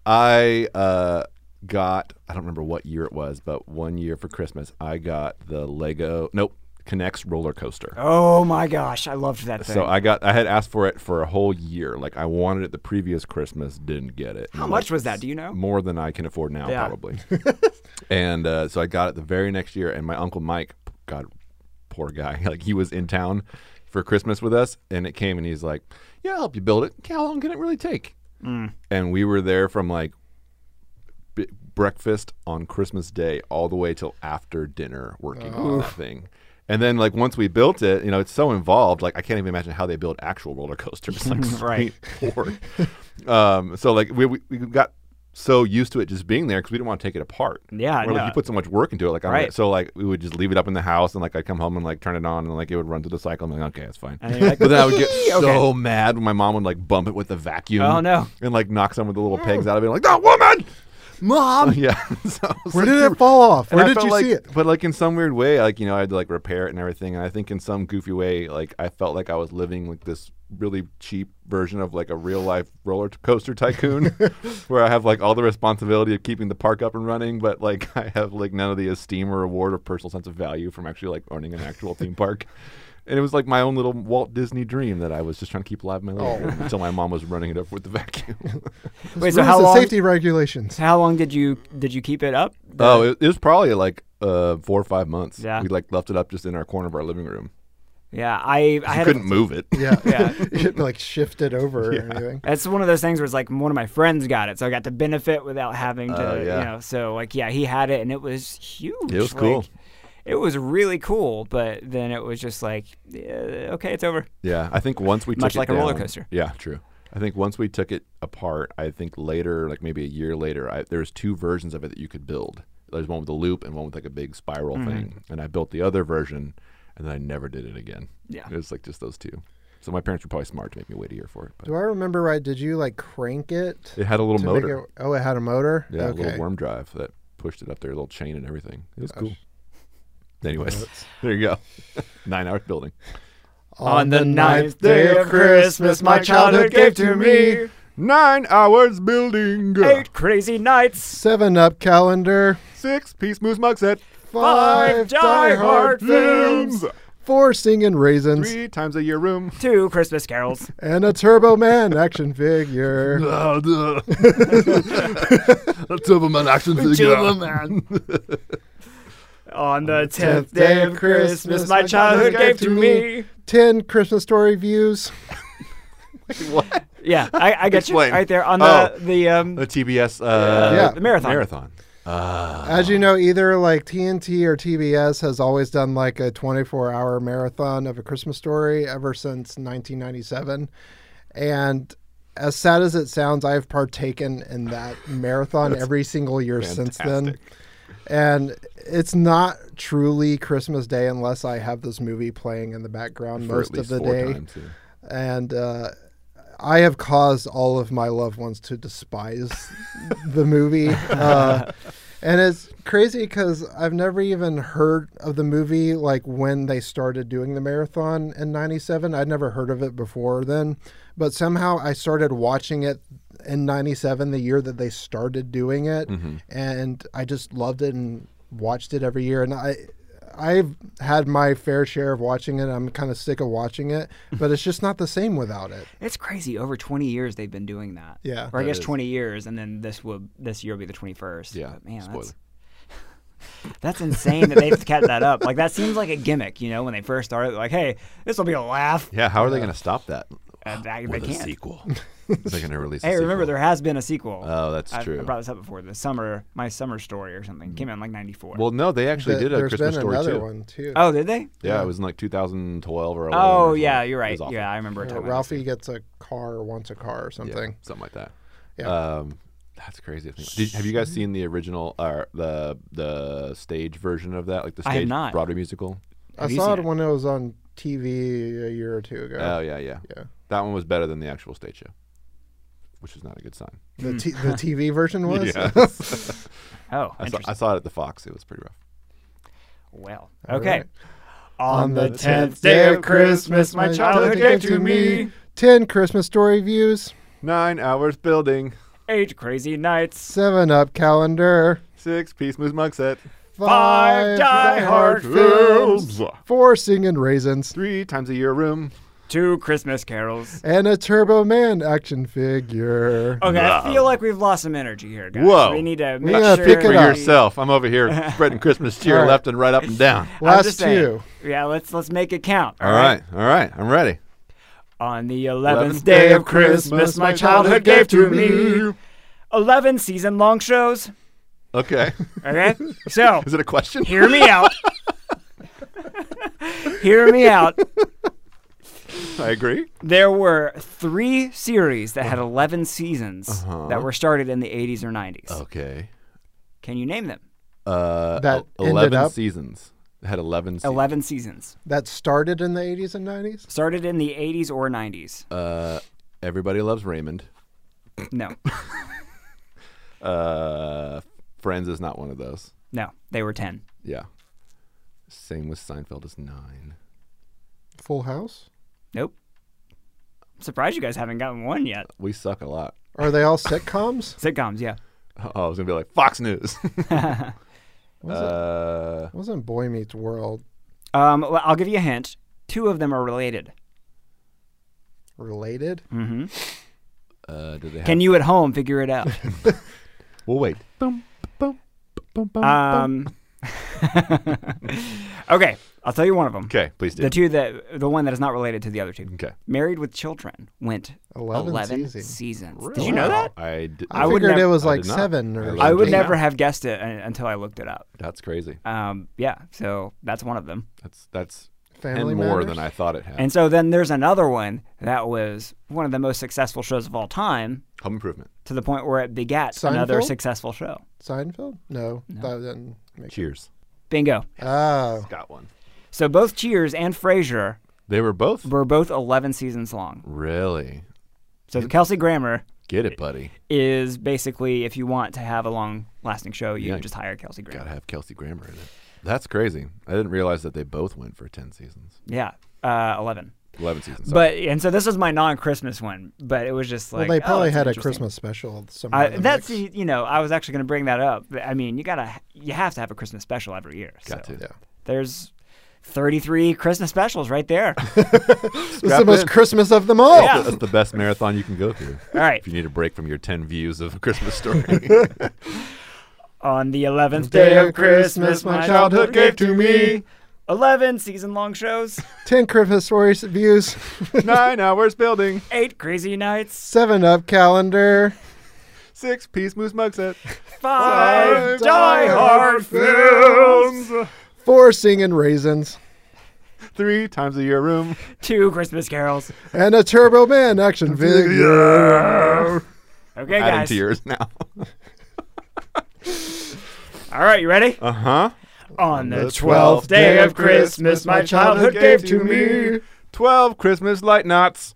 S5: I uh, got I don't remember what year it was, but one year for Christmas I got the Lego nope Connects roller coaster.
S4: Oh my gosh, I loved that thing.
S5: So I got I had asked for it for a whole year. Like I wanted it the previous Christmas, didn't get it.
S4: How much was that? Do you know?
S5: More than I can afford now,
S4: Yeah.
S5: probably. and uh, so I got it the very next year, and my uncle Mike, God, poor guy, like he was in town for Christmas with us, and it came, and he's like, "Yeah, I'll help you build it. How long can it really take?"
S4: Mm.
S5: And we were there from like b- breakfast on Christmas Day all the way till after dinner working on that thing. And then, like once we built it, you know, it's so involved. Like I can't even imagine how they build actual roller coasters. Like
S4: Right.
S5: straightforward. um, so like we, we we got so used to it just being there because we didn't want to take it apart.
S4: Yeah, I
S5: We're like
S4: know.
S5: you put so much work into it. Like I'm
S4: Right.
S5: gonna- so like we would just leave it up in the house and like I'd come home and like turn it on and like it would run through the cycle. I'm like okay, that's fine.
S4: And you're like,
S5: but then I would get
S4: "Yee!"
S5: so
S4: Okay.
S5: mad when my mom would like bump it with the vacuum.
S4: Oh, no.
S5: And like knock some of the little pegs out of it. like that woman.
S6: Mom,
S5: Yeah. so I was
S6: where
S5: like,
S6: did
S5: "You're-
S6: it fall off?
S5: and
S6: Where
S5: I
S6: did
S5: felt
S6: you
S5: like,
S6: see it?
S5: But like in some weird way, like you know, I had to like repair it and everything. And I think in some goofy way, like I felt like I was living like this really cheap version of like a real life roller coaster tycoon, where I have like all the responsibility of keeping the park up and running, but like I have like none of the esteem or reward or personal sense of value from actually like owning an actual theme park. And it was like my own little Walt Disney dream that I was just trying to keep alive in my living
S6: Oh.
S5: room until my mom was running it up with the vacuum.
S6: It's
S4: Wait, so
S6: rules
S4: how
S6: and
S4: long?
S6: Safety regulations.
S4: How long did you did you keep it up?
S5: Oh, it, it was probably like uh, four or five months.
S4: Yeah.
S5: we like left it up just in our corner of our living room.
S4: Yeah, I I
S5: I
S4: had a-
S5: couldn't move it.
S6: Yeah,
S4: Yeah.
S6: It, like shifted over or anything.
S4: That's one of those things where it's like one of my friends got it, so I got to benefit without having to,
S5: Oh, yeah.
S4: you know. So like, yeah, he had it, and it was huge.
S5: It was
S4: like,
S5: cool.
S4: It was really cool, but then it was just like, yeah, okay, it's over.
S5: Yeah, I think once we
S4: Much
S5: took it
S4: like a roller
S5: down-
S4: coaster.
S5: Yeah, true. I think once we took it apart, I think later, like maybe a year later, I, there was two versions of it that you could build. There's one with a loop and one with like a big spiral
S4: Mm-hmm.
S5: thing. And I built the other version, and then I never did it again.
S4: Yeah.
S5: it was like just those two. So my parents were probably smart to make me wait a year for it. But
S6: Do I remember right? Did you like crank it?
S5: it had a little
S6: to make
S5: motor.
S6: it- oh, it had a motor.
S5: Yeah,
S6: okay.
S5: a little worm drive that pushed it up there, a little chain and everything. It was cool. Anyways, there you go. Nine hour building.
S4: On the
S6: ninth
S4: ninth day of Christmas, my childhood gave to me
S5: Nine hours building.
S4: eight crazy nights,
S6: Seven Up calendar.
S5: Six piece moose mug set.
S4: Five Die Hard films.
S6: Four singing raisins.
S5: Three times a year room.
S4: two Christmas carols.
S6: And a Turbo Man action figure.
S5: That's Superman action
S4: Superman. On the tenth day of Christmas, my childhood gave to me.
S6: Ten Christmas story views.
S5: what?
S4: Yeah, I, I get you
S5: Explain.
S4: right there on the
S5: Oh.
S4: the um,
S5: The TBS uh,
S6: Yeah.
S4: the marathon.
S5: marathon.
S6: As you know, either like TNT or TBS has always done like a 24 hour marathon of a Christmas story ever since 1997. And as sad as it sounds, I've partaken in that marathon every single year since then. And it's not truly Christmas Day unless I have this movie playing in the background
S5: for
S6: most
S5: at least
S6: of the
S5: four
S6: day.
S5: times. yeah.
S6: and uh, I have caused all of my loved ones to despise the movie. Uh, and it's crazy because I've never even heard of the movie like when they started doing the marathon in '97. I'd never heard of it before then, but somehow I started watching it in '97, the year that they started doing it,
S5: Mm-hmm.
S6: and I just loved it and watched it every year. And I, I've had my fair share of watching it. I'm kind of sick of watching it, but it's just not the same without it.
S4: It's crazy. Over 20 years they've been doing that.
S6: Yeah,
S4: Or I
S6: that
S4: guess
S5: is.
S4: 20 years, and then this will this year will be the 21st.
S5: Yeah,
S4: But man,
S5: spoiler.
S4: that's that's insane that they've kept that up. Like that seems like a gimmick, you know, when they first started. Like, hey, this will be a laugh.
S5: Yeah, how are they going to stop that?
S4: And they, they
S5: With a
S4: can't.
S5: sequel. They're going to release.
S4: Hey,
S5: a
S4: remember
S5: sequel.
S4: there has been a sequel.
S5: Oh, that's
S4: I,
S5: true. Mm-hmm.
S4: I brought this up before. The summer, my summer story or something came out in like '94.
S5: Well, no, they actually
S6: Th-
S5: did a
S6: There's
S5: Christmas
S6: been
S5: story
S6: another
S5: too.
S6: one too.
S4: oh, did they?
S5: Yeah, it was in like 2012 or 11.
S4: Oh,
S5: or
S4: yeah,
S5: something.
S4: you're
S5: It
S4: right.
S5: was awful.
S4: Yeah, I remember.
S6: Uh,
S4: talking about
S6: Ralphie
S4: this.
S6: gets a car or wants a car or
S5: Yeah,
S6: something.
S5: something like that.
S6: Yeah.
S5: Um, that's crazy. to think about. Did, have you guys seen the original or the the stage version of that, like the
S4: I
S5: stage
S4: have not.
S5: Broadway musical?
S4: Have
S6: I
S4: you
S6: saw
S4: seen
S6: it
S4: it?
S6: when it was on TV a year or two ago.
S5: Oh yeah, yeah,
S6: Yeah.
S5: That one was better than the actual stage show, which is not a good sign.
S4: Hmm.
S6: the, t- the TV version was.
S5: I,
S4: Oh,
S5: saw,
S4: interesting.
S5: I saw it at the Fox. It was pretty rough.
S4: Well,
S6: All
S4: okay.
S6: right.
S4: On the tenth day of Christmas, my childhood gave to me
S6: ten Christmas story views,
S5: Nine hours building,
S4: eight crazy nights,
S6: seven up calendar,
S5: six piece moose mug set,
S4: Five Die Hard films.
S6: four singing raisins,
S5: three times a year room.
S4: two Christmas carols.
S6: and a Turbo Man action figure.
S4: Okay, I feel like we've lost some energy here, guys.
S5: Whoa.
S4: We need to
S6: We
S4: make
S6: gotta
S4: sure
S6: pick it
S5: For
S4: we-
S6: up.
S5: yourself, I'm over here spreading Christmas cheer
S6: All right.
S5: left and right, up and down.
S4: I'm
S6: Last
S4: just saying.
S6: two.
S4: Yeah, let's let's make it count.
S5: All right, all right, I'm ready.
S4: On the eleventh day of Christmas, my childhood gave to me eleven season-long shows.
S5: Okay.
S4: Okay, so
S5: Is it a question?
S4: hear me out. hear me out.
S5: I agree.
S4: There were three series that had 11 seasons
S5: Uh-huh.
S4: that were started in the 80s or 90s.
S5: Oh. Okay.
S4: Can you name them?
S5: Uh,
S6: That
S5: el-
S6: ended
S5: 11
S6: up-
S5: seasons. It had 11 seasons.
S4: 11 seasons.
S6: That started in the 80s and 90s.
S4: Started in the 80s or 90s.
S5: Uh, Everybody Loves Raymond.
S4: no,
S5: Uh, Friends is not one of those.
S4: no, they were 10.
S5: Yeah. Same with Seinfeld is nine.
S6: Full House.
S4: Nope. I'm surprised you guys haven't gotten one yet.
S5: We suck a lot.
S6: Are they all sitcoms?
S4: Sitcoms, yeah.
S5: Oh, I was going to be like, Fox News.
S6: Was
S5: uh,
S6: it wasn't Boy Meets World
S4: Um, well, I'll give you a hint. Two of them are related.
S6: related?
S4: hmm
S5: uh, do they have...
S4: Can you at home figure it out?
S5: Well, wait. Boom, boom, boom, boom,
S4: um, okay, I'll tell you one of them.
S5: Okay, please do.
S4: The two that the one that is not related to the other two.
S5: okay.
S4: Married with Children went
S6: 11
S4: 11,
S6: seasons.
S4: seasons. Did you know
S5: Wow.
S4: that?
S5: I, d-
S6: I,
S4: I would
S6: figured
S4: nev-
S6: it was
S5: I
S6: like
S5: did not.
S6: seven or.
S5: I
S6: something.
S4: I would
S5: Yeah.
S4: never have guessed it uh, until I looked it up.
S5: That's crazy.
S4: Um, yeah, so that's one of them.
S5: That's that's
S6: Family
S5: and more
S6: Matters?
S5: than I thought it had.
S4: And so then there's another one that was one of the most successful shows of all time
S5: Home Improvement.
S4: to the point where it begat another
S6: Seinfeld?
S4: successful show.
S6: Seinfeld? No, that didn't make.
S5: Cheers.
S4: Bingo.
S6: Oh,
S5: Got one.
S4: So both Cheers and Frasier
S5: They were both
S4: were both 11 seasons long.
S5: really
S4: So Kelsey Grammer
S5: get it, buddy.
S4: is basically if you want to have a long lasting show, you
S5: Yeah.
S4: just hire Kelsey Grammer.
S5: Gotta have Kelsey Grammer in it. That's crazy. I didn't realize that they both went for ten seasons,
S4: Yeah, uh, 11.
S5: eleven seasons. sorry.
S4: But and so this was my non-Christmas one, but it was just like
S6: well, they
S4: oh,
S6: probably
S4: that's
S6: had a
S4: interesting.
S6: Christmas special somewhere.
S4: I,
S6: in the
S4: that's
S6: mix.
S4: you know I was actually going to bring that up. I mean you gotta you have to have a Christmas special every year.
S5: got
S4: so
S5: to.
S6: yeah.
S4: There's 33 Christmas specials right there.
S6: This is the
S5: Strap
S6: most
S5: in.
S6: Christmas of them all.
S4: Yeah.
S5: That's the best marathon you can go through.
S4: All right,
S5: If you need a break from your ten views of a Christmas story,
S4: on the 11th day of Christmas, my childhood gave to me 11 season-long shows,
S6: Ten Christmas stories views.
S5: nine hours building,
S4: eight crazy nights,
S6: Seven Up calendar.
S5: six piece moose mug set,
S4: five
S6: Five die-hard
S4: die-hard films,
S6: Four singing raisins.
S5: three times a year room.
S4: two Christmas carols.
S6: And a Turbo Man action figure.
S4: Okay,
S5: Adding
S4: guys.
S5: to yours now.
S4: All right, you ready?
S5: Uh huh.
S4: On the
S5: the
S4: 12th
S5: 12th
S4: day of Christmas, my childhood gave to me.
S5: twelve Christmas light knots,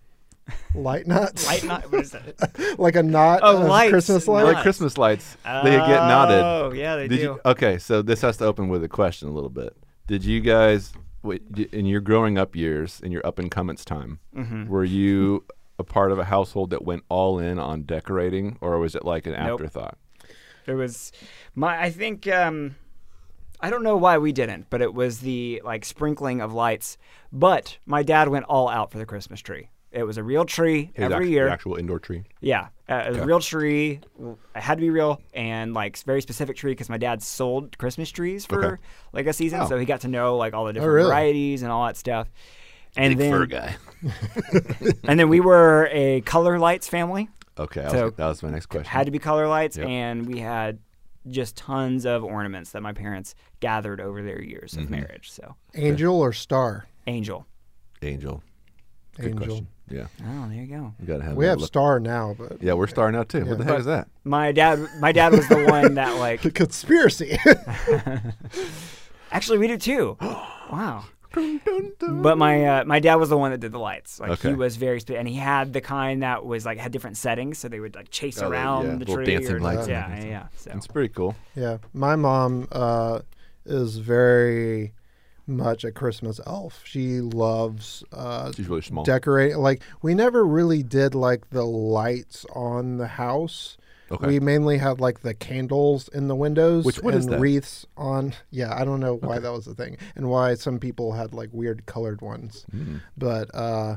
S6: Light nuts.
S4: Light not, what is that?
S6: like a knot
S4: Oh,
S6: of
S4: lights.
S6: Christmas
S4: Not-
S6: light.
S5: like Christmas lights. they get knotted.
S4: Oh, yeah, they
S5: Did
S4: do.
S5: you, okay, so this has to open with a question a little bit. Did you guys, wait, d- in your growing up years, in your up and comings time,
S4: Mm-hmm.
S5: were you a part of a household that went all in on decorating, or was it like an afterthought?
S4: There was my I think um I don't know why we didn't, but it was the like sprinkling of lights. But my dad went all out for the Christmas tree. It was a real tree
S5: It was
S4: every
S5: actu-
S4: year.
S5: the actual indoor tree.
S4: Yeah, uh, a real tree. It had to be real and like very specific tree because my dad sold Christmas trees for
S5: Okay.
S4: like a season,
S5: Oh.
S4: so he got to know like all the different
S6: really?
S4: varieties and all that stuff. And then,
S5: guy.
S4: and then we were a color lights family.
S5: Okay, I was-
S4: So-
S5: that was my next question.
S4: had to be color lights,
S5: Yep.
S4: and we had just tons of ornaments that my parents gathered over their years
S5: Mm-hmm.
S4: of marriage. So,
S6: Angel or star?
S4: angel.
S5: Angel.
S6: Angel.
S5: Question. Yeah,
S4: Oh, there you go.
S5: you gotta have.
S6: We
S5: that
S6: have
S5: look.
S6: star now, but
S5: Yeah, we're starting out too. What the heck is that?
S4: My dad, my dad was the one that like.
S6: the conspiracy.
S4: Actually, we do too. Wow. But my uh, my dad was the one that did the lights. Like he
S5: Okay.
S4: was very spe- and he had the kind that was like had different settings, so they would like chase
S5: Oh, they-
S4: around
S5: yeah,
S4: the
S5: little
S4: tree.
S5: dancing
S4: or,
S5: lights and
S4: Yeah,
S5: that
S4: yeah,
S5: kind
S4: yeah. So
S5: It's pretty cool.
S6: yeah, my mom uh, is very much a Christmas elf. She loves uh,
S5: She's really small.
S6: decorate like we never really did like the lights on the house
S5: Okay.
S6: we mainly had like the candles in the windows
S5: Which- what
S6: and
S5: is that?
S6: wreaths on yeah i don't know why that was a thing and why some people had like weird colored ones
S5: Hmm.
S6: but uh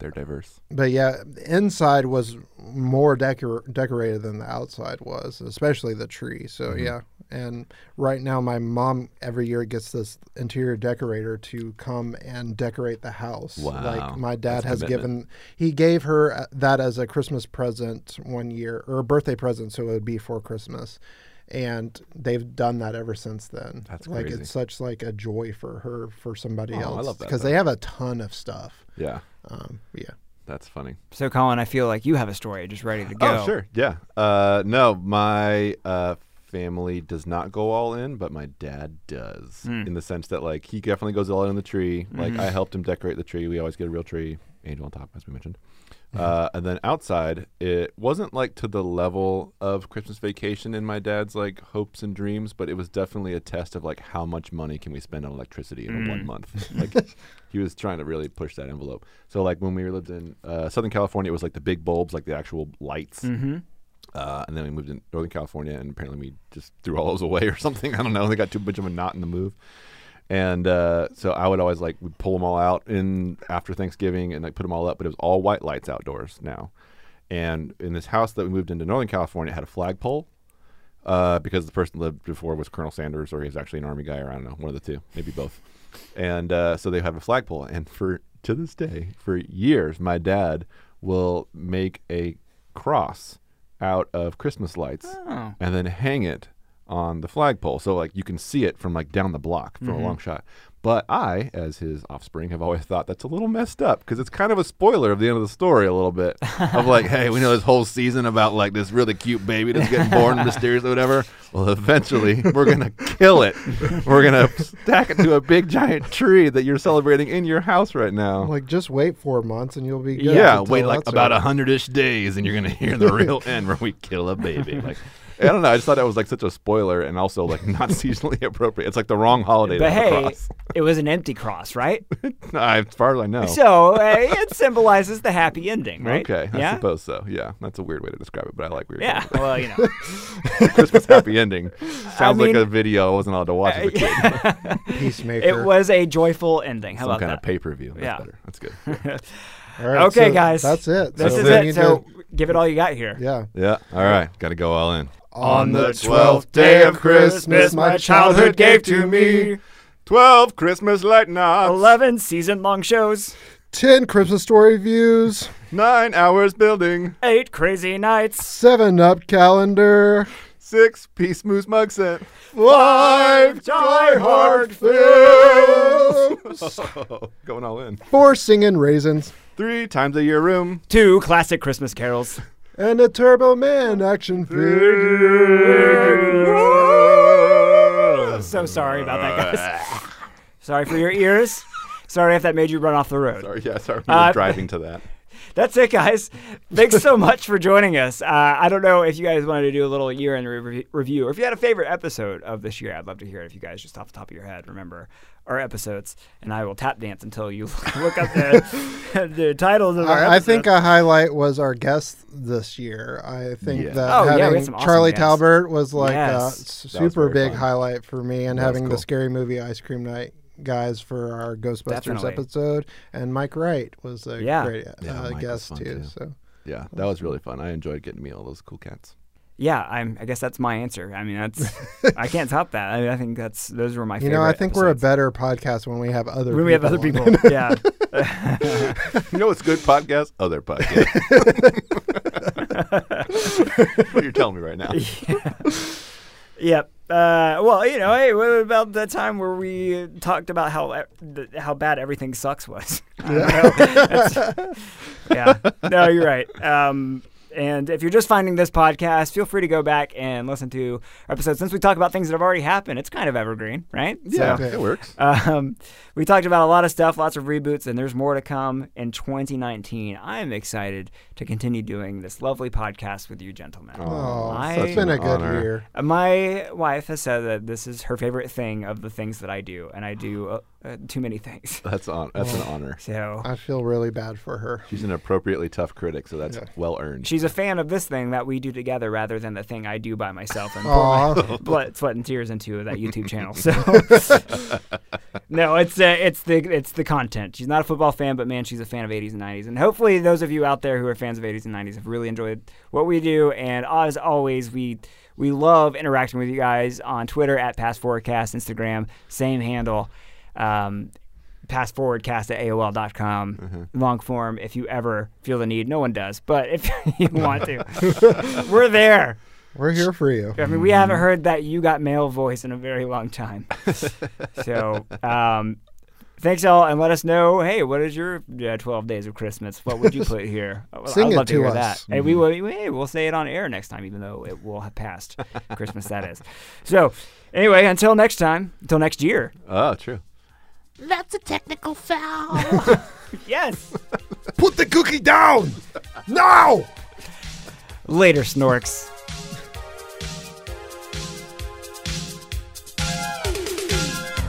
S5: They're diverse.
S6: but yeah the inside was more decor- decorated than the outside was especially the tree so
S5: Mm-hmm.
S6: yeah and right now my mom every year gets this interior decorator to come and decorate the house
S5: Wow.
S6: like my dad
S5: That's
S6: has
S5: commitment.
S6: given he gave her uh, that as a christmas present one year or a birthday present so it would be for christmas and they've done that ever since then
S5: That's
S6: like
S5: crazy. Oh,
S6: it's such like a joy for her for somebody
S5: I
S6: else
S5: love that,
S6: because
S5: though.
S6: they have a ton of stuff
S5: Yeah,
S6: um, yeah
S5: that's funny.
S4: so Colin, I feel like you have a story just ready to go.
S5: Oh, sure. Yeah. Uh, no, my uh, family does not go all in, but my dad does in the sense that, like, he definitely goes all in on the tree. Like, I helped him decorate the tree. We always get a real tree, angel on top, as we mentioned. Uh, and then outside, it wasn't like to the level of Christmas vacation in my dad's like hopes and dreams, but it was definitely a test of like how much money can we spend on electricity in one month. Like he was trying to really push that envelope. So like when we lived in uh, Southern California, it was like the big bulbs, like the actual lights. Uh, and then we moved in Northern California, and apparently we just threw all those away or something. I don't know. They got too much of a knot in the move. And uh, so I would always like would pull them all out in after Thanksgiving and like put them all up, but it was all white lights outdoors now. And in this house that we moved into Northern California, it had a flagpole uh, because the person that lived before was Colonel Sanders, or he was actually an army guy, or I don't know, one of the two, maybe both. And uh, so they have a flagpole, and for to this day, for years, my dad will make a cross out of Christmas lights
S4: Oh.
S5: and then hang it on the flagpole, so like you can see it from like down the block from a long shot. But I, as his offspring, have always thought that's a little messed up because it's kind of a spoiler of the end of the story a little bit. of like, hey, we know this whole season about like this really cute baby that's getting born mysteriously, whatever. Well, eventually we're gonna kill it. We're gonna stack it to a big giant tree that you're celebrating in your house right now.
S6: Like, just wait four months and you'll be good.
S5: yeah,
S6: until
S5: wait like
S6: that's
S5: about a
S6: over.
S5: hundred-ish days, and you're gonna hear the real end where we kill a baby. Like. I don't know. I just thought that was like such a spoiler and also like not seasonally appropriate. It's like the wrong holiday.
S4: But
S5: to
S4: hey,
S5: cross.
S4: it was an empty cross, right?
S5: I- as far as I know.
S4: So uh, it symbolizes the happy ending, right?
S5: Oh. Okay, I
S4: yeah.
S5: suppose so. Yeah, that's a weird way to describe it, but I like weird.
S4: Yeah. Well, you know.
S5: Christmas happy ending. Sounds
S4: mean-
S5: like a video I wasn't allowed to watch as a kid.
S6: peacemaker.
S4: It was a joyful ending. How
S5: Some
S4: about
S5: kind
S4: that?
S5: of pay per view. That's
S4: Yeah.
S5: better. That's good.
S6: All right,
S4: okay,
S6: so
S4: guys.
S6: That's it.
S4: This
S6: so
S4: is
S6: we
S4: it.
S6: need
S4: So
S6: to-
S4: give it all you got here.
S6: yeah.
S5: Yeah. All right. Got to go all in.
S6: On
S5: the 12th day of Christmas,
S6: my childhood
S5: gave to me 12 Christmas light knots.
S4: 11 season long shows,
S6: 10 Christmas story views,
S5: 9 hours building.
S4: 8 crazy nights,
S6: 7 up calendar.
S5: 6 piece moose mug set. 5
S4: Die Hard
S5: films. Going all in.
S6: four singing raisins,
S5: 3 times a year room.
S4: 2 classic Christmas carols.
S6: and a Turbo Man action figure.
S4: So sorry about that, guys. sorry for your ears. Sorry if that made you run off the road.
S5: Sorry, yeah, sorry. We were
S4: Uh,
S5: driving to that.
S4: That's it, guys. Thanks so much for joining us. Uh, I don't know if you guys wanted to do a little year in re- review or if you had a favorite episode of this year. I'd love to hear it if you guys just off the top of your head remember our episodes. And I will tap dance until you look up the, the titles of our
S6: I, I think
S4: episodes.
S6: a highlight was our guest this year. I think
S5: Yeah.
S6: that
S4: Oh, yeah, we
S6: having
S4: had some awesome
S6: Charlie
S4: guests.
S6: Talbert was like a
S4: Yes.
S6: s-
S5: That was
S6: super
S5: very
S6: big
S5: fun.
S6: highlight for me, and
S5: was
S6: having the
S5: cool.
S6: scary movie ice cream night guys for our Ghostbusters
S4: Definitely.
S6: episode, and Mike Wright was a
S4: Yeah.
S6: great uh,
S5: Yeah, Mike was
S6: guest
S5: fun,
S6: too.
S5: too.
S6: So
S5: Yeah, that was really fun. I enjoyed getting me all those cool cats.
S4: Yeah, I'm, I guess that's my answer. I mean, that's I can't top that. I, I think that's those were my.
S6: you know, I think we're a better podcast when we have other
S4: when we have other
S6: on.
S4: people. yeah,
S5: You know what's good Oh, podcast? Other podcast. what you're telling me right now.
S4: yep. Uh, well, you know, hey, what about the time where we talked about how e- th- how bad everything sucks was? I don't know. That's- yeah. No, you're right. Um, and if you're just finding this podcast, feel free to go back and listen to our episodes. Since we talk about things that have already happened, it's kind of evergreen, right?
S5: Yeah,
S6: Okay.
S5: it works.
S4: Um, we talked about a lot of stuff, lots of reboots, and there's more to come in 2019. I am excited to continue doing this lovely podcast with you, gentlemen.
S6: Oh,
S4: I-
S6: it's been a
S5: an
S6: good
S5: honor.
S6: year.
S4: My wife has said that this is her favorite thing of the things that I do, and I do uh, uh, too many things.
S5: That's on. That's an honor.
S4: So
S6: I feel really bad for her.
S5: She's an appropriately tough critic, so that's
S6: Yeah.
S5: well earned.
S4: she's a fan of this thing that we do together rather than the thing I do by myself and pour my
S6: Aw.
S4: blood, sweat, and tears into that YouTube channel. So no, it's uh, it's the it's the content. She's not a football fan, but man, she's a fan of 80s and 90s. And hopefully, those of you out there who are fans of 80s and 90s have really enjoyed what we do. And as always, we we love interacting with you guys on Twitter at Pass Forecast, Instagram, same handle. Um, passforwardcast at AOL.com. Long form if you ever feel the need. No one does, but if you want to, we're there.
S6: We're here for you.
S4: I mean, we haven't heard that you got male voice in a very long time. so, um, thanks all, and let us know. Hey, what is your uh, twelve days of Christmas? What would you put here? I would-
S6: Sing
S4: I'd
S6: it
S4: love to,
S6: to
S4: hear
S6: us.
S4: that. And we will. Hey, we'll say it on air next time, even though it will have passed Christmas. That is. So, anyway, until next time, until next year.
S5: Oh, true.
S2: That's a technical foul.
S4: Yes.
S6: Put the cookie down! No!
S4: Later, Snorks.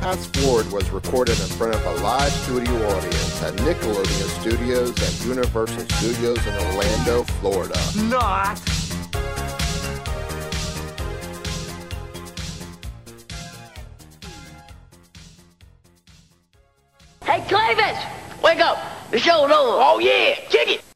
S7: Pass Forward was recorded in front of a live studio audience at Nickelodeon Studios at Universal Studios in Orlando, Florida.
S8: Hey, Clavis! Wake up! The show's over. Oh, yeah! Kick it!